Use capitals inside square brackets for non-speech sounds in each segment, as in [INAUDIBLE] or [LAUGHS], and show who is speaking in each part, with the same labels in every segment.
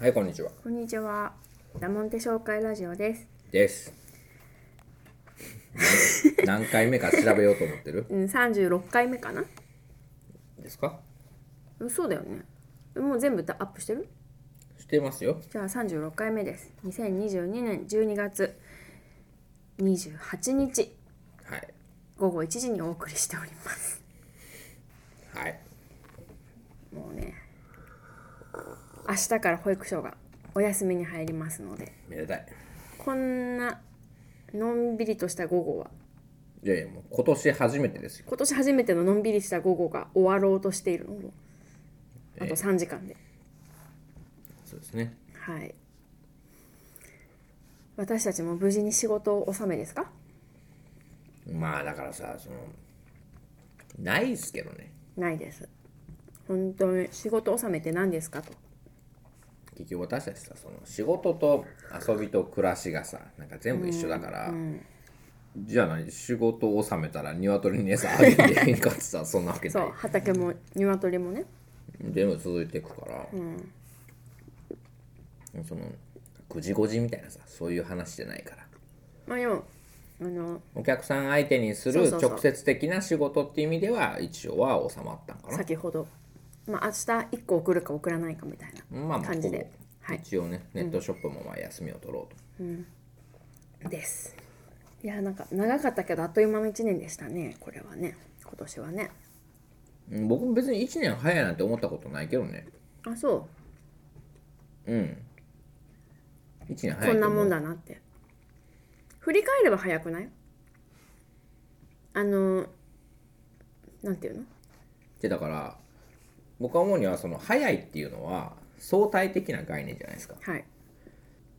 Speaker 1: はい、こんにちは。
Speaker 2: こんにちは。ダモンテ紹介ラジオです。
Speaker 1: です。 [LAUGHS] 何何回目か調べようと思ってる
Speaker 2: うん、三十六回目かな。
Speaker 1: ですか
Speaker 2: うんそうだよね。もう全部アップしてる？
Speaker 1: してますよ。
Speaker 2: じゃあ三十六回目です。二千二十二年十二月二十八日
Speaker 1: はい。
Speaker 2: 午後一時にお送りしております。
Speaker 1: はい。
Speaker 2: もうね、明日から保育所がお休みに入りますので、
Speaker 1: めでたい。
Speaker 2: こんなのんびりとした午後は。
Speaker 1: いやいや、もう今年初めてですよ。
Speaker 2: 今年初めてののんびりした午後が終わろうとしているのもあと3時間で、
Speaker 1: そうですね。
Speaker 2: はい私たちも無事に仕事を納めですか
Speaker 1: まあ、だからさ、その、ないっすけどね。
Speaker 2: ないです本当に仕事納めって何ですかと
Speaker 1: 結局私たちさ、その仕事と遊びと暮らしがさ、なんか全部一緒だから、じゃあ何仕事を収めたら鶏に餌あげ
Speaker 2: [LAUGHS]
Speaker 1: てへんかってさ、そんなわけ
Speaker 2: そ
Speaker 1: な
Speaker 2: う畑も鶏もね
Speaker 1: 全部続いていくから、その9時5時みたいなさそういう話じゃないから
Speaker 2: まあでもあの
Speaker 1: お客さん相手にす
Speaker 2: そう
Speaker 1: る
Speaker 2: そうそう
Speaker 1: 直接的な仕事っていう意味では一応は収まったんかな
Speaker 2: 先ほど、まあ、明日1個送るか送らないかみたいな
Speaker 1: まあまあ
Speaker 2: 感じ
Speaker 1: ほぼ
Speaker 2: ではい
Speaker 1: 一応ねネットショップもまあ休みを取ろうと、
Speaker 2: ですいやなんか長かったけどあっという間の1年でしたねこれはね今年はね
Speaker 1: うん僕も別に1年早いなんて思ったことないけどね
Speaker 2: あそ
Speaker 1: 1年
Speaker 2: う
Speaker 1: 早
Speaker 2: こ
Speaker 1: いと
Speaker 2: んな
Speaker 1: 思
Speaker 2: も
Speaker 1: うん
Speaker 2: だなって振り返れば早くないあのなんていうの
Speaker 1: でだから僕は思うにはその早いっていうのは相対的な概念じゃないですか
Speaker 2: はい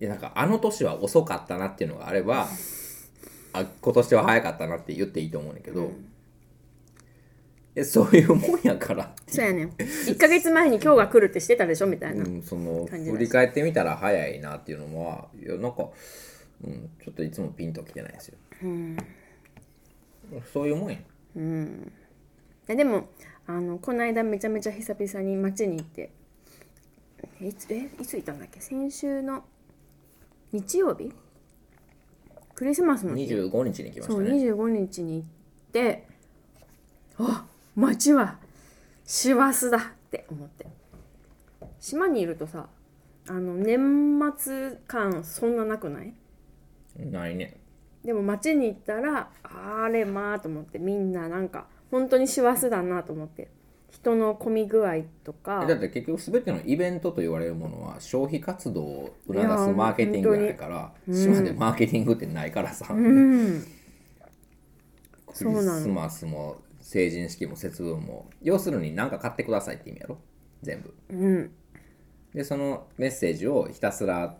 Speaker 1: いやなんかあの年は遅かったなっていうのがあればあ今年は早かったなって言っていいと思うんだけど、えそういうもんやから、
Speaker 2: そうやね1ヶ月前に今日が来るってしてたでしょみたいな、
Speaker 1: うん、その
Speaker 2: 感じだし
Speaker 1: 振り返ってみたら早いなっていうのはいやなんか、うん、ちょっといつもピンときてないですよ、そういうもんや
Speaker 2: えでもあのこの間めちゃめちゃ久々に街に行ってえいつえいつ行ったんだっけ先週の日曜日クリスマスの日
Speaker 1: 25日に来まし
Speaker 2: そ
Speaker 1: た
Speaker 2: う
Speaker 1: ね
Speaker 2: 25日に行ってあ街は師走だって思って島にいるとさあの年末感そんななくない
Speaker 1: ないね
Speaker 2: でも街に行ったらあれまあと思ってみんななんか本当に師走だなと思って人の混み具合とか
Speaker 1: えだって結局全てのイベントと言われるものは消費活動を促すマーケティングやないから島でマーケティングってないからさ、
Speaker 2: うん
Speaker 1: クリスマスも成人式も節分も要するに何か買ってくださいって意味やろ全部
Speaker 2: うん
Speaker 1: でそのメッセージをひたすら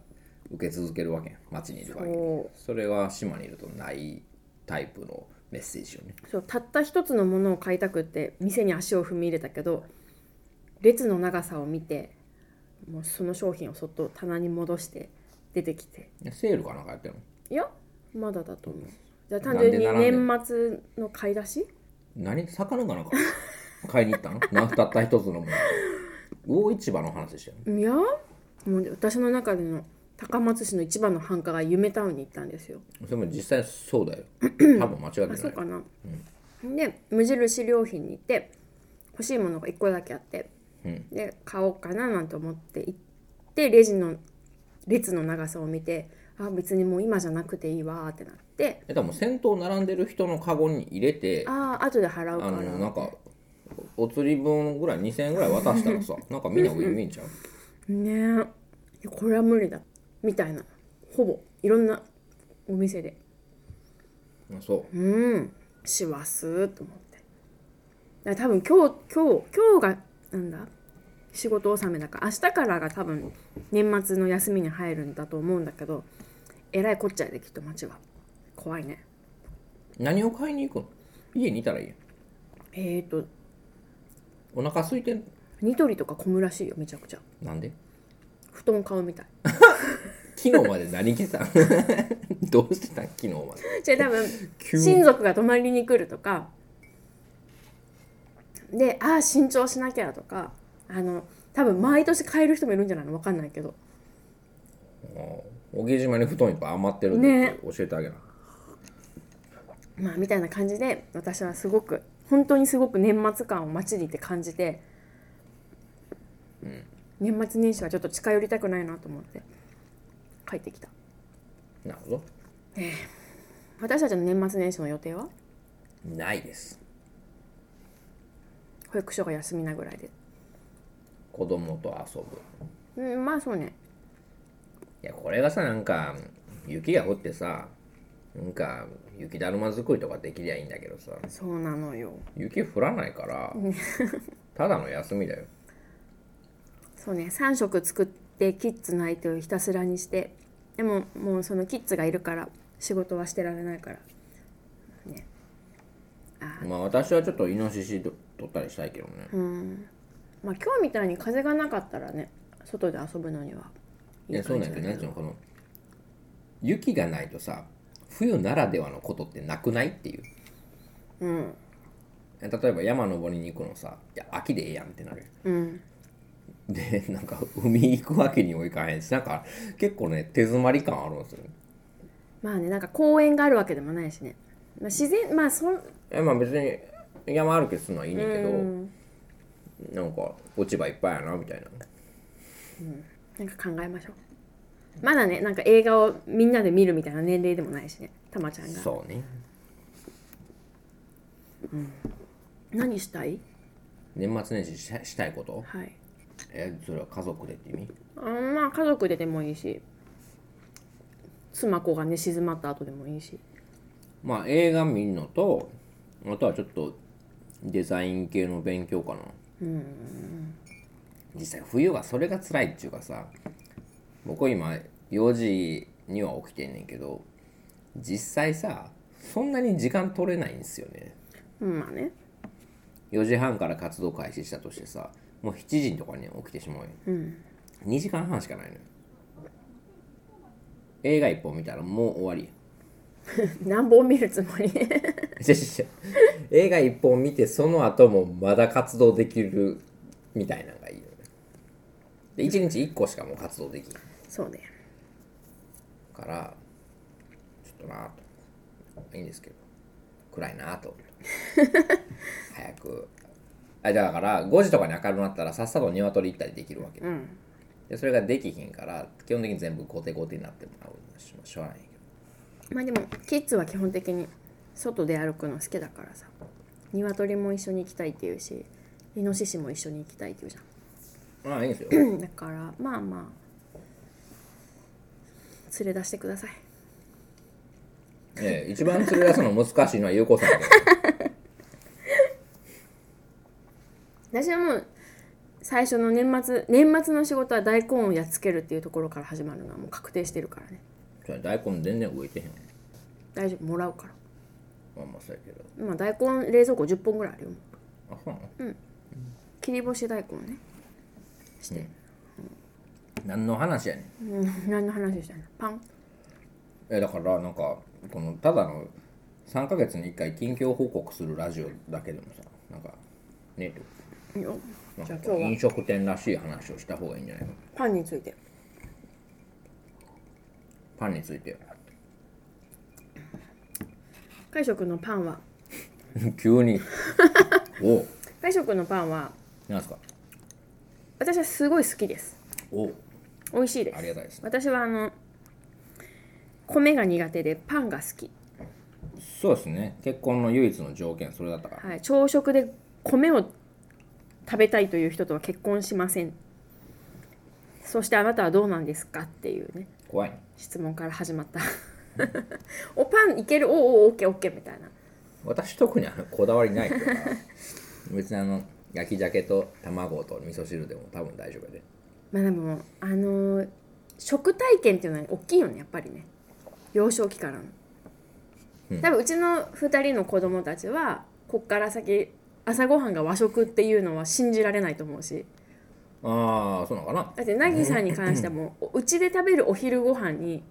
Speaker 1: 受け続けるわけやん街にいるわけに
Speaker 2: こう
Speaker 1: それは島にいるとないタイプのメッセージよね
Speaker 2: そうたった一つのものを買いたくって店に足を踏み入れたけど列の長さを見てもうその商品をそっと棚に戻して出てきて
Speaker 1: いやセールかなんかやってる
Speaker 2: いやまだだと思うじゃあ
Speaker 1: なん
Speaker 2: 単
Speaker 1: で
Speaker 2: 純に
Speaker 1: 並んでん
Speaker 2: 年末の買い出し
Speaker 1: の何魚かなんか買いに行ったのな
Speaker 2: [LAUGHS]
Speaker 1: たった一つのもの魚市場の話してる
Speaker 2: いやもう私の中での高松市の一番の繁華街夢タウンに行ったんですよ
Speaker 1: のそれも実際そう
Speaker 2: [LAUGHS]
Speaker 1: だよ多分間違って
Speaker 2: あ
Speaker 1: な
Speaker 2: そう
Speaker 1: い
Speaker 2: かな、で無印良品に行って欲しいものが1個だけあって、
Speaker 1: うん
Speaker 2: で買おうかななんて思って行ってレジの列の長さを見てあ別にもう今じゃなくていいわーってなって
Speaker 1: え多分先頭並んでる人のカゴに入れて
Speaker 2: ああ後で払うか
Speaker 1: あ
Speaker 2: ら
Speaker 1: のなんかお釣り分ぐらい2000円ぐらい渡したら
Speaker 2: [LAUGHS]
Speaker 1: さなんかみんなウィンウィンちゃう
Speaker 2: ねえいやこれは無理だみたいなほぼいろんなお店で
Speaker 1: まあそう
Speaker 2: うん師走と思ってだから多分今日今日今日がなんだ仕事納めだから明日からが多分年末の休みに入るんだと思うんだけどえらいこっちゃできっと街は怖いね
Speaker 1: 何を買いに行くの家にいたらいいやん
Speaker 2: えーと
Speaker 1: お腹空いてん
Speaker 2: ニトリとか混むらしいよめちゃくちゃ
Speaker 1: なんで
Speaker 2: 布団買うみたい [LAUGHS]
Speaker 1: 昨日まで何着てたん [LAUGHS] どうしてたん昨日まで
Speaker 2: じゃあ多分
Speaker 1: [LAUGHS] 急に
Speaker 2: 親族が泊まりに来るとかでああ新調しなきゃとかあの多分毎年変える人もいるんじゃないのわかんないけど
Speaker 1: 小木島に布団いっぱい余ってるって言
Speaker 2: ね
Speaker 1: って教えてあげな、
Speaker 2: まあみたいな感じで私はすごく本当にすごく年末感を街にいて感じて、年末年始はちょっと近寄りたくないなと思って帰ってきた
Speaker 1: なるほど
Speaker 2: 私たちの年末年始の予定は
Speaker 1: ないです
Speaker 2: 保育所が休みなぐらいで
Speaker 1: 子供と遊ぶ
Speaker 2: うんまあそうね
Speaker 1: いやこれがさなんか雪が降ってさなんか雪だるま作りとかできりゃいいんだけどさ
Speaker 2: そうなのよ
Speaker 1: 雪降らないからただの休みだよ
Speaker 2: そうね3食作ってキッズの相手をひたすらにしてでももうそのキッズがいるから仕事はしてられないからね
Speaker 1: まあ私はちょっとイノシシと取ったりしたいけどね、
Speaker 2: まあ今日みたいに風がなかったらね外で遊ぶのにはい
Speaker 1: やそうなんやけどなんていうのこの雪がないとさ冬ならではのことってなくないっていう、例えば山登りに行くのさいや秋でええやんってなるやんでなんか海行くわけにもいかへんしなんか結構ね手詰まり感あるんですよね
Speaker 2: まあねなんか公園があるわけでもないしね、まあ、自然まあそん
Speaker 1: えまあ別に山歩きするのはいいねんけど、なんか落ち葉いっぱいやなみたいな
Speaker 2: なんか考えましょうまだねなんか映画をみんなで見るみたいな年齢でもないしねたまちゃんが
Speaker 1: そうね
Speaker 2: 何したい
Speaker 1: 年末年始したしたいこと
Speaker 2: はい
Speaker 1: えそれは家族でって意味
Speaker 2: あまあ家族ででもいいし妻子がね静まった後でもいいし
Speaker 1: まあ映画見るのとあとはちょっとデザイン系の勉強かな実際冬はそれが辛いっていうかさ僕今4時には起きてんねんけど実際さそんなに時間取れないんですよね
Speaker 2: うんまあね
Speaker 1: 4時半から活動開始したとしてさもう7時とかに起きてしまうよ、2時間半しかないのよ映画1本見たらもう終わり
Speaker 2: 何本見るつもり
Speaker 1: 違う違う違う [LAUGHS] 映画1本見てその後もまだ活動できるみたいなのがいいよねで1日1個しかもう活動できない
Speaker 2: [LAUGHS] そうね
Speaker 1: からちょっとなといいんですけど暗いなと思って早くあじゃあだから5時とかに明るくなったらさっさと鶏行ったりできるわけ、でそれができひんから基本的に全部後手後手になってもらうのししょうがないけど
Speaker 2: まあでもキッズは基本的に外で歩くの好きだからさ鶏も一緒に行きたいっていうしイノシシも一緒に行きたいっていうじ
Speaker 1: まあいいんですよ
Speaker 2: ゃんだからまあまあ連れ出してください
Speaker 1: ええ一番連れ出すの難しいのは優子さんだけど
Speaker 2: 私はもう最初の年末年末の仕事は大根をやっつけるっていうところから始まるのはもう確定してるからね
Speaker 1: それ大根全然植えてへん
Speaker 2: 大丈夫もらうから
Speaker 1: まあまあそうやけど
Speaker 2: 今大根冷蔵庫10本ぐらいあるよもう
Speaker 1: あそうなの、
Speaker 2: 切り干し大根ねして、
Speaker 1: 何の話やねん
Speaker 2: うん、何の話したいのパン
Speaker 1: えだからなんかこのただの3ヶ月に1回近況報告するラジオだけでもさなんかねと
Speaker 2: いいよ
Speaker 1: なん
Speaker 2: じゃあ
Speaker 1: か
Speaker 2: 今日は
Speaker 1: 飲食店らしい話をした方がいいんじゃないか
Speaker 2: パンについて
Speaker 1: パンについて
Speaker 2: 海食のパンは
Speaker 1: [LAUGHS] 急
Speaker 2: [LAUGHS]
Speaker 1: におう
Speaker 2: 海食のパンは
Speaker 1: なんすか
Speaker 2: 私はすごい好きです
Speaker 1: おう
Speaker 2: 美味しいです
Speaker 1: ありがたいですね
Speaker 2: 私はあの米が苦手でパンが好き、
Speaker 1: そうですね結婚の唯一の条件それだったから、
Speaker 2: はい、朝食で米を食べたいという人とは結婚しませんそしてあなたはどうなんですかっていうね
Speaker 1: 怖いね
Speaker 2: 質問から始まった [LAUGHS] おパンいけるおうおうオッケーオッケーみたいな
Speaker 1: 私特にあのこだわりないから
Speaker 2: [LAUGHS]
Speaker 1: 別にあの焼き鮭と卵と味噌汁でも多分大丈夫やで
Speaker 2: まあでもあのー食体験っていうのは大きいよねやっぱりね幼少期からの、多分うちの2人の子供たちはこっから先朝ごはんが和食っていうのは信じられないと思うし
Speaker 1: ああそうなのかな
Speaker 2: だってなぎさんに関してもおうちで食べるお昼ご飯に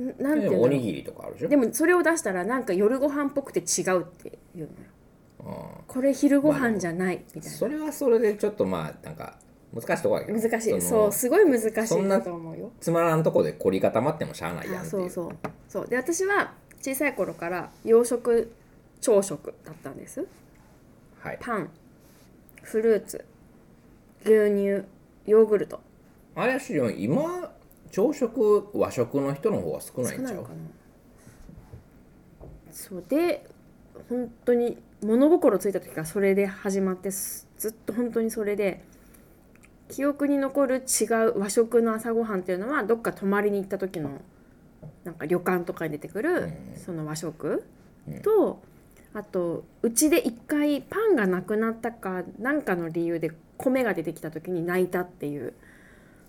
Speaker 2: んなん
Speaker 1: で
Speaker 2: ていう
Speaker 1: も
Speaker 2: んだろ
Speaker 1: お
Speaker 2: う
Speaker 1: にぎりとかあるでしょ
Speaker 2: でもそれを出したらなんか夜ご飯っぽくて違うっていうのよ
Speaker 1: あー
Speaker 2: これ昼ご飯じゃないみたいな、
Speaker 1: それはそれでちょっとまあなんか難しいとこだけど
Speaker 2: 難しい
Speaker 1: の
Speaker 2: そうすごい難し
Speaker 1: そん
Speaker 2: い
Speaker 1: な
Speaker 2: なと思うよ
Speaker 1: つまらんとこで凝り固まってもしゃあないやん
Speaker 2: あ
Speaker 1: っていう
Speaker 2: そうそうそうで私は小さい頃から洋食朝食だったんです
Speaker 1: はい、
Speaker 2: パンフルーツ牛乳ヨーグルト
Speaker 1: あれやし今朝食和食の人の方が少ない
Speaker 2: 少
Speaker 1: ん
Speaker 2: な
Speaker 1: ち
Speaker 2: い
Speaker 1: ゃ
Speaker 2: の
Speaker 1: う
Speaker 2: かなそうで本当に物心ついた時からそれで始まってすずっと本当にそれで記憶に残る違う和食の朝ごはんっていうのはどっか泊まりに行った時のなんか旅館とかに出てくる
Speaker 1: うん
Speaker 2: その和食
Speaker 1: うん
Speaker 2: とあとうちで一回パンがなくなったかなんかの理由で米が出てきた時に泣いたっていう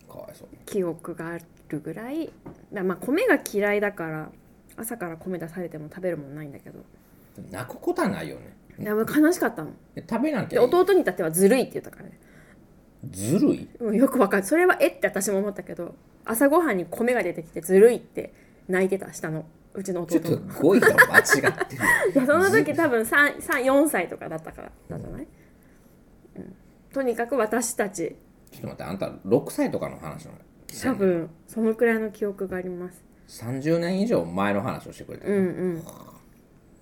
Speaker 1: かわいそう
Speaker 2: 記憶があるぐらいまあまあ米が嫌いだから朝から米出されても食べるもんないんだけど
Speaker 1: 泣くことはないよね
Speaker 2: いやもう悲しかったの
Speaker 1: で食べなき
Speaker 2: で
Speaker 1: ゃいい
Speaker 2: 弟に至ってはずるいって言ったからね、
Speaker 1: ずるい
Speaker 2: うん、よくわかるそれはえって私も思ったけど朝ごはんに米が出てきてずるいって泣いてた下のうちの
Speaker 1: ちょっ
Speaker 2: 弟
Speaker 1: と
Speaker 2: も
Speaker 1: 語彙が間違ってる [LAUGHS]
Speaker 2: いやその時多分34歳とかだったからだじゃない、うん、とにかく私たち
Speaker 1: ちょっと待ってあんた6歳とかの話なの
Speaker 2: 多分そのくらいの記憶があります
Speaker 1: 30年以上前の話をしてくれて
Speaker 2: うん
Speaker 1: る、
Speaker 2: うん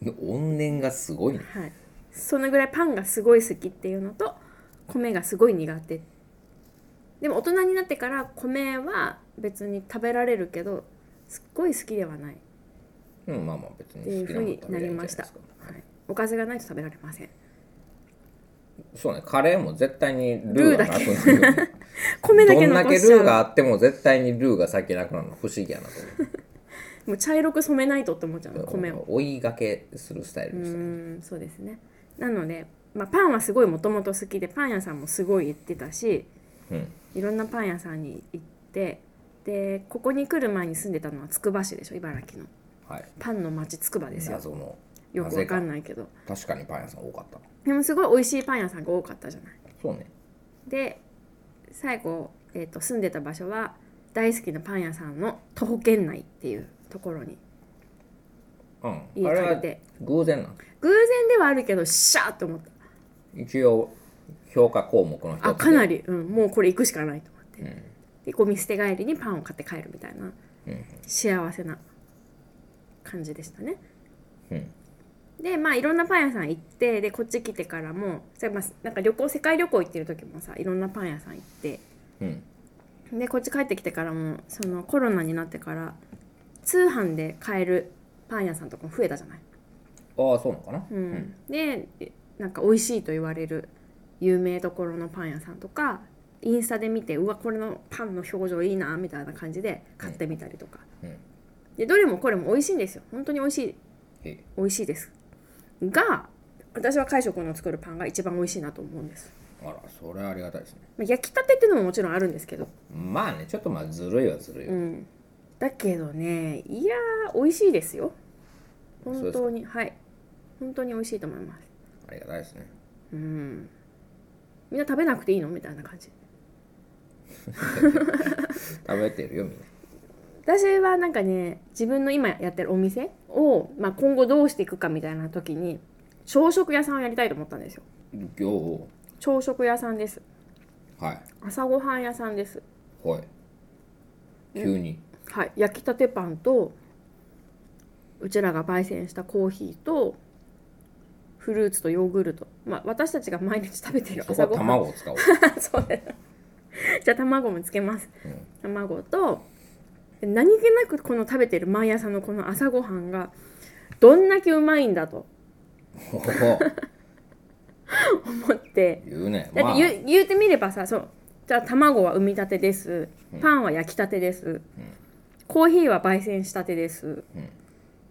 Speaker 1: 怨念がすごいね
Speaker 2: はい、そのぐらいパンがすごい好きっていうのと米がすごい苦手でも大人になってから米は別に食べられるけどすっごい好きではないっ
Speaker 1: うんまあまあ別
Speaker 2: て
Speaker 1: に
Speaker 2: い
Speaker 1: 好き
Speaker 2: うふ
Speaker 1: な
Speaker 2: う
Speaker 1: もの
Speaker 2: に
Speaker 1: 食
Speaker 2: な
Speaker 1: べりゃいいんじゃ
Speaker 2: り
Speaker 1: な
Speaker 2: ま
Speaker 1: い
Speaker 2: し
Speaker 1: で
Speaker 2: た
Speaker 1: すか
Speaker 2: はい、おかずがないと食べられません
Speaker 1: そうねカレーも絶対にルーがなくなるよね [LAUGHS]
Speaker 2: 米だけ
Speaker 1: どんだ
Speaker 2: 残
Speaker 1: け
Speaker 2: しち
Speaker 1: ルーがあ
Speaker 2: ゃう
Speaker 1: っても絶対にルーが先なくなるの不思議やなと思
Speaker 2: もう茶色く染めないとって思っちゃう
Speaker 1: う
Speaker 2: 米を
Speaker 1: 追いがけするスタイ
Speaker 2: う
Speaker 1: ルでしたね
Speaker 2: ーんそうですねなので、まあ、パンはすごいもともと好きでパン屋さんもすごい行ってたし
Speaker 1: うん
Speaker 2: いろんなパン屋さんに行ってでここに来る前に住んでたのはつくば市でしょ茨城の
Speaker 1: はい
Speaker 2: パンの町つくばですよ
Speaker 1: 謎の
Speaker 2: よくわかんないけど
Speaker 1: 確かにパン屋さん多かった
Speaker 2: でもすごい美味しいパン屋さんが多かったじゃない
Speaker 1: そうね
Speaker 2: で最後、えー、と住んでた場所は大好きなパン屋さんの徒歩圏内っていうところに
Speaker 1: うん
Speaker 2: 家
Speaker 1: あれ
Speaker 2: 借り
Speaker 1: は
Speaker 2: て
Speaker 1: 偶然なん
Speaker 2: 偶然ではあるけどシャーと思った
Speaker 1: 一応評価項目の一つで
Speaker 2: あかなり、うん、もうこれ行くしかないと思って、
Speaker 1: うん
Speaker 2: でゴミ捨て帰りにパンを買って帰るみたいな
Speaker 1: うん
Speaker 2: 幸せな感じでしたね
Speaker 1: うん
Speaker 2: でまあいろんなパン屋さん行ってでこっち来てからもそうまあなんか旅行世界旅行行ってる時もさいろんなパン屋さん行って
Speaker 1: うん
Speaker 2: でこっち帰ってきてからもそのコロナになってから通販で買えるパン屋さんとかも増えたじゃない、
Speaker 1: ああそうなのかな
Speaker 2: うんでえなんか美味しいと言われる有名どころのパン屋さんとかインスタで見てうわこれのパンの表情いいなみたいな感じで買ってみたりとか、
Speaker 1: うん
Speaker 2: でどれもこれも美味しいんですよ本当に美味しい
Speaker 1: へ
Speaker 2: 美味しいですが私は海食の作るパンが一番美味しいなと思うんです、
Speaker 1: あらそれはありがたいですね
Speaker 2: まあ焼きたてっていうのももちろんあるんですけど
Speaker 1: まあねちょっとまあずるいはずるい、
Speaker 2: うん、だけどねいやー美味しいですよ本当にはい本当に美味しいと思います
Speaker 1: ありがたいですね
Speaker 2: うんみんな食べなくていいのみたいな感じ
Speaker 1: 食べてるよみんな
Speaker 2: 私はなんかね自分の今やってるお店を、まあ、今後どうしていくかみたいな時に朝食屋さんをやりたいと思ったんですよ
Speaker 1: 今日
Speaker 2: 朝食屋さんです
Speaker 1: はい
Speaker 2: 朝ごはん屋さんです
Speaker 1: はい急に
Speaker 2: はい焼きたてパンとうちらが焙煎したコーヒーとフルーツとヨーグルトまあ私たちが毎日食べてる
Speaker 1: そこ
Speaker 2: 朝
Speaker 1: は
Speaker 2: ごはん
Speaker 1: 卵を使おう [LAUGHS]
Speaker 2: [LAUGHS] そうだよじゃあ卵もつけます、
Speaker 1: うん
Speaker 2: 卵とで何気なくこの食べてる毎朝のこの朝ごはんがどんだけうまいんだと
Speaker 1: おお
Speaker 2: 思って
Speaker 1: 言うね
Speaker 2: だ
Speaker 1: ま
Speaker 2: っ
Speaker 1: あ
Speaker 2: て言う言うてみればさそうじゃあ卵は産みたてですパンは焼きたてです、コーヒーは焙煎したてです、
Speaker 1: うん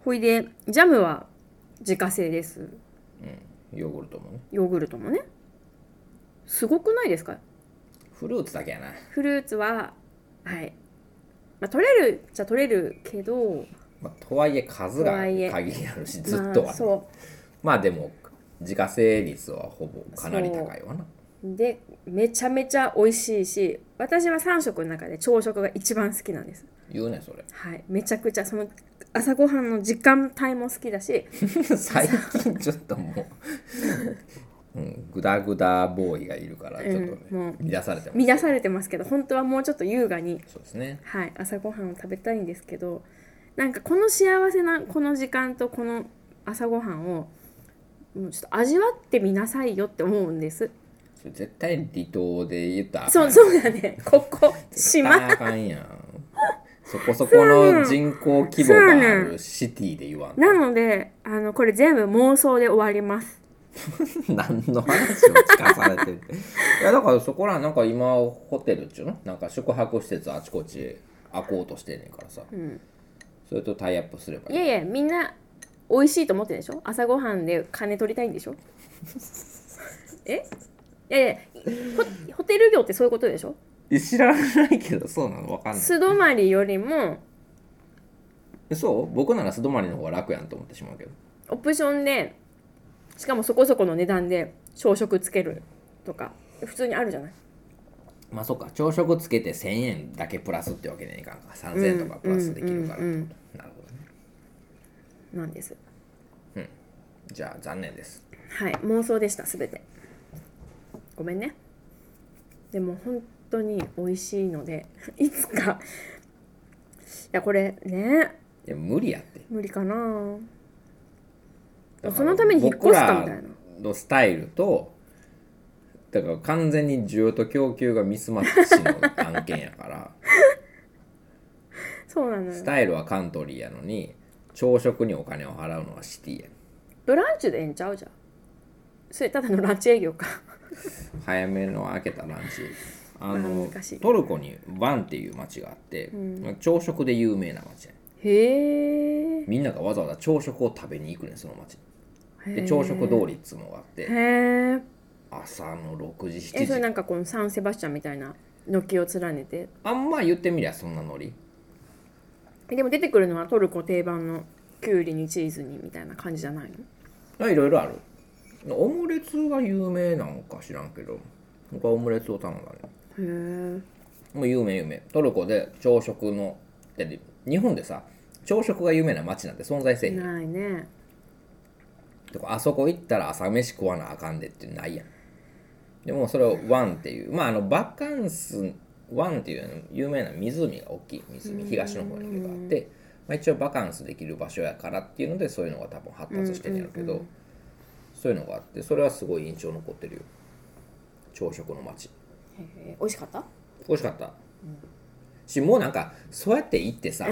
Speaker 2: ほいでジャムは自家製です
Speaker 1: ヨーグルトもね
Speaker 2: ヨーグルトもねすごくないですか
Speaker 1: フルーツだけやな
Speaker 2: フルーツははい、まあ、取れるじゃ取れるけど
Speaker 1: まあ、とはいえ数
Speaker 2: と
Speaker 1: が
Speaker 2: はいえ
Speaker 1: 限りあるしずっと
Speaker 2: まあ
Speaker 1: はね、
Speaker 2: そ
Speaker 1: まあでも自家製率はほぼかなり高いわな
Speaker 2: うでめちゃめちゃ美味しいし私は3食の中で朝食が一番好きなんです
Speaker 1: 言うねそれ
Speaker 2: はいめちゃくちゃその朝ごはんの時間帯も好きだし
Speaker 1: 最近ちょっともう [LAUGHS] うん、グダグダボーイがいるからちょっとね、
Speaker 2: うんもう
Speaker 1: 乱されてます
Speaker 2: 乱されてますけど本当はもうちょっと優雅に、
Speaker 1: そうですね
Speaker 2: はい、朝ごはんを食べたいんですけどなんかこの幸せなこの時間とこの朝ごはんをもうちょっと味わってみなさいよって思うんです
Speaker 1: それ絶対離島で言ったらあか
Speaker 2: そ
Speaker 1: ん
Speaker 2: うそうだねここ
Speaker 1: 絶対
Speaker 2: 島
Speaker 1: あかんやんそこそこの人口規模があるシティで言わんと
Speaker 2: なのであのこれ全部妄想で終わります
Speaker 1: [LAUGHS] 何の話を聞かされてるいやだからそこらなんか今ホテルっちゅうのなんか宿泊施設あちこち開こうとしてんねんからさ、
Speaker 2: ん
Speaker 1: それとタイアップすればい
Speaker 2: い
Speaker 1: い
Speaker 2: やいやみんな美味しいと思ってるでしょ朝ごはんで金取りたいんでしょえいやいやホホテル業ってそういうことでしょ
Speaker 1: いや知らないけどそうなのわかんない
Speaker 2: 素泊まりよりも
Speaker 1: えそう僕なら素泊まりの方が楽やんと思ってしまうけど
Speaker 2: オプションでしかもそこそこの値段で朝食つけるとか普通にあるじゃない
Speaker 1: まあそうか朝食つけて1000円だけプラスってわけにはいかんか3000円とかプラスできるからってこと、
Speaker 2: うんうんうん
Speaker 1: なるほどね
Speaker 2: なんです
Speaker 1: じゃあ残念です
Speaker 2: はい妄想でした全てごめんねでも本当に美味しいので [LAUGHS] いつかいやこれね
Speaker 1: いや無理やって
Speaker 2: 無理かな
Speaker 1: だから
Speaker 2: そのために引っ越したみたいな
Speaker 1: 僕らのスタイルとだから完全に需要と供給がミスマッチの案件やから
Speaker 2: [LAUGHS] そうなの
Speaker 1: ス
Speaker 2: よ
Speaker 1: タイルはカントリーやのに朝食にお金を払うのはシティや
Speaker 2: ブランチでええんちゃうじゃんそれただのランチ営 [LAUGHS] 業か
Speaker 1: 早めの開けたランチあ
Speaker 2: ま
Speaker 1: の
Speaker 2: あ難しい
Speaker 1: トルコにワンっていう町があって、朝食で有名な町や
Speaker 2: へえ
Speaker 1: みんながわざわざ朝食を食べに行くねんその町
Speaker 2: へ
Speaker 1: で
Speaker 2: ー
Speaker 1: 朝食通りっつうのがあっ
Speaker 2: へ
Speaker 1: て
Speaker 2: え
Speaker 1: 朝の6時
Speaker 2: えそ
Speaker 1: 7
Speaker 2: れな
Speaker 1: 時
Speaker 2: んかこのサンセバスチャンみたいな軒を連ねて
Speaker 1: あんま言ってみりゃそんなノリ
Speaker 2: えでも出てくるのはトルコ定番のキュウリにチーズにみたいな感じじゃないの
Speaker 1: あいろいろあるオムレツが有名なんか知らんけど僕はオムレツを頼んだね
Speaker 2: へえ
Speaker 1: もう有名有名トルコで朝食ので日本でさ朝食が有名な街なんて存在せえへん
Speaker 2: ないね
Speaker 1: とかあそこ行ったら朝飯食わなあかんでってないやんでもそれをワンっていうまああのバカンスワンっていう有名な湖が大きい湖東の方にがあって、まあ、一応バカンスできる場所やからっていうのでそういうのが多分発達してんやろうけど、そういうのがあってそれはすごい印象残ってるよ朝食の街
Speaker 2: へえ美味しかった
Speaker 1: 美味しかったしもうなんかそうやって行ってさ、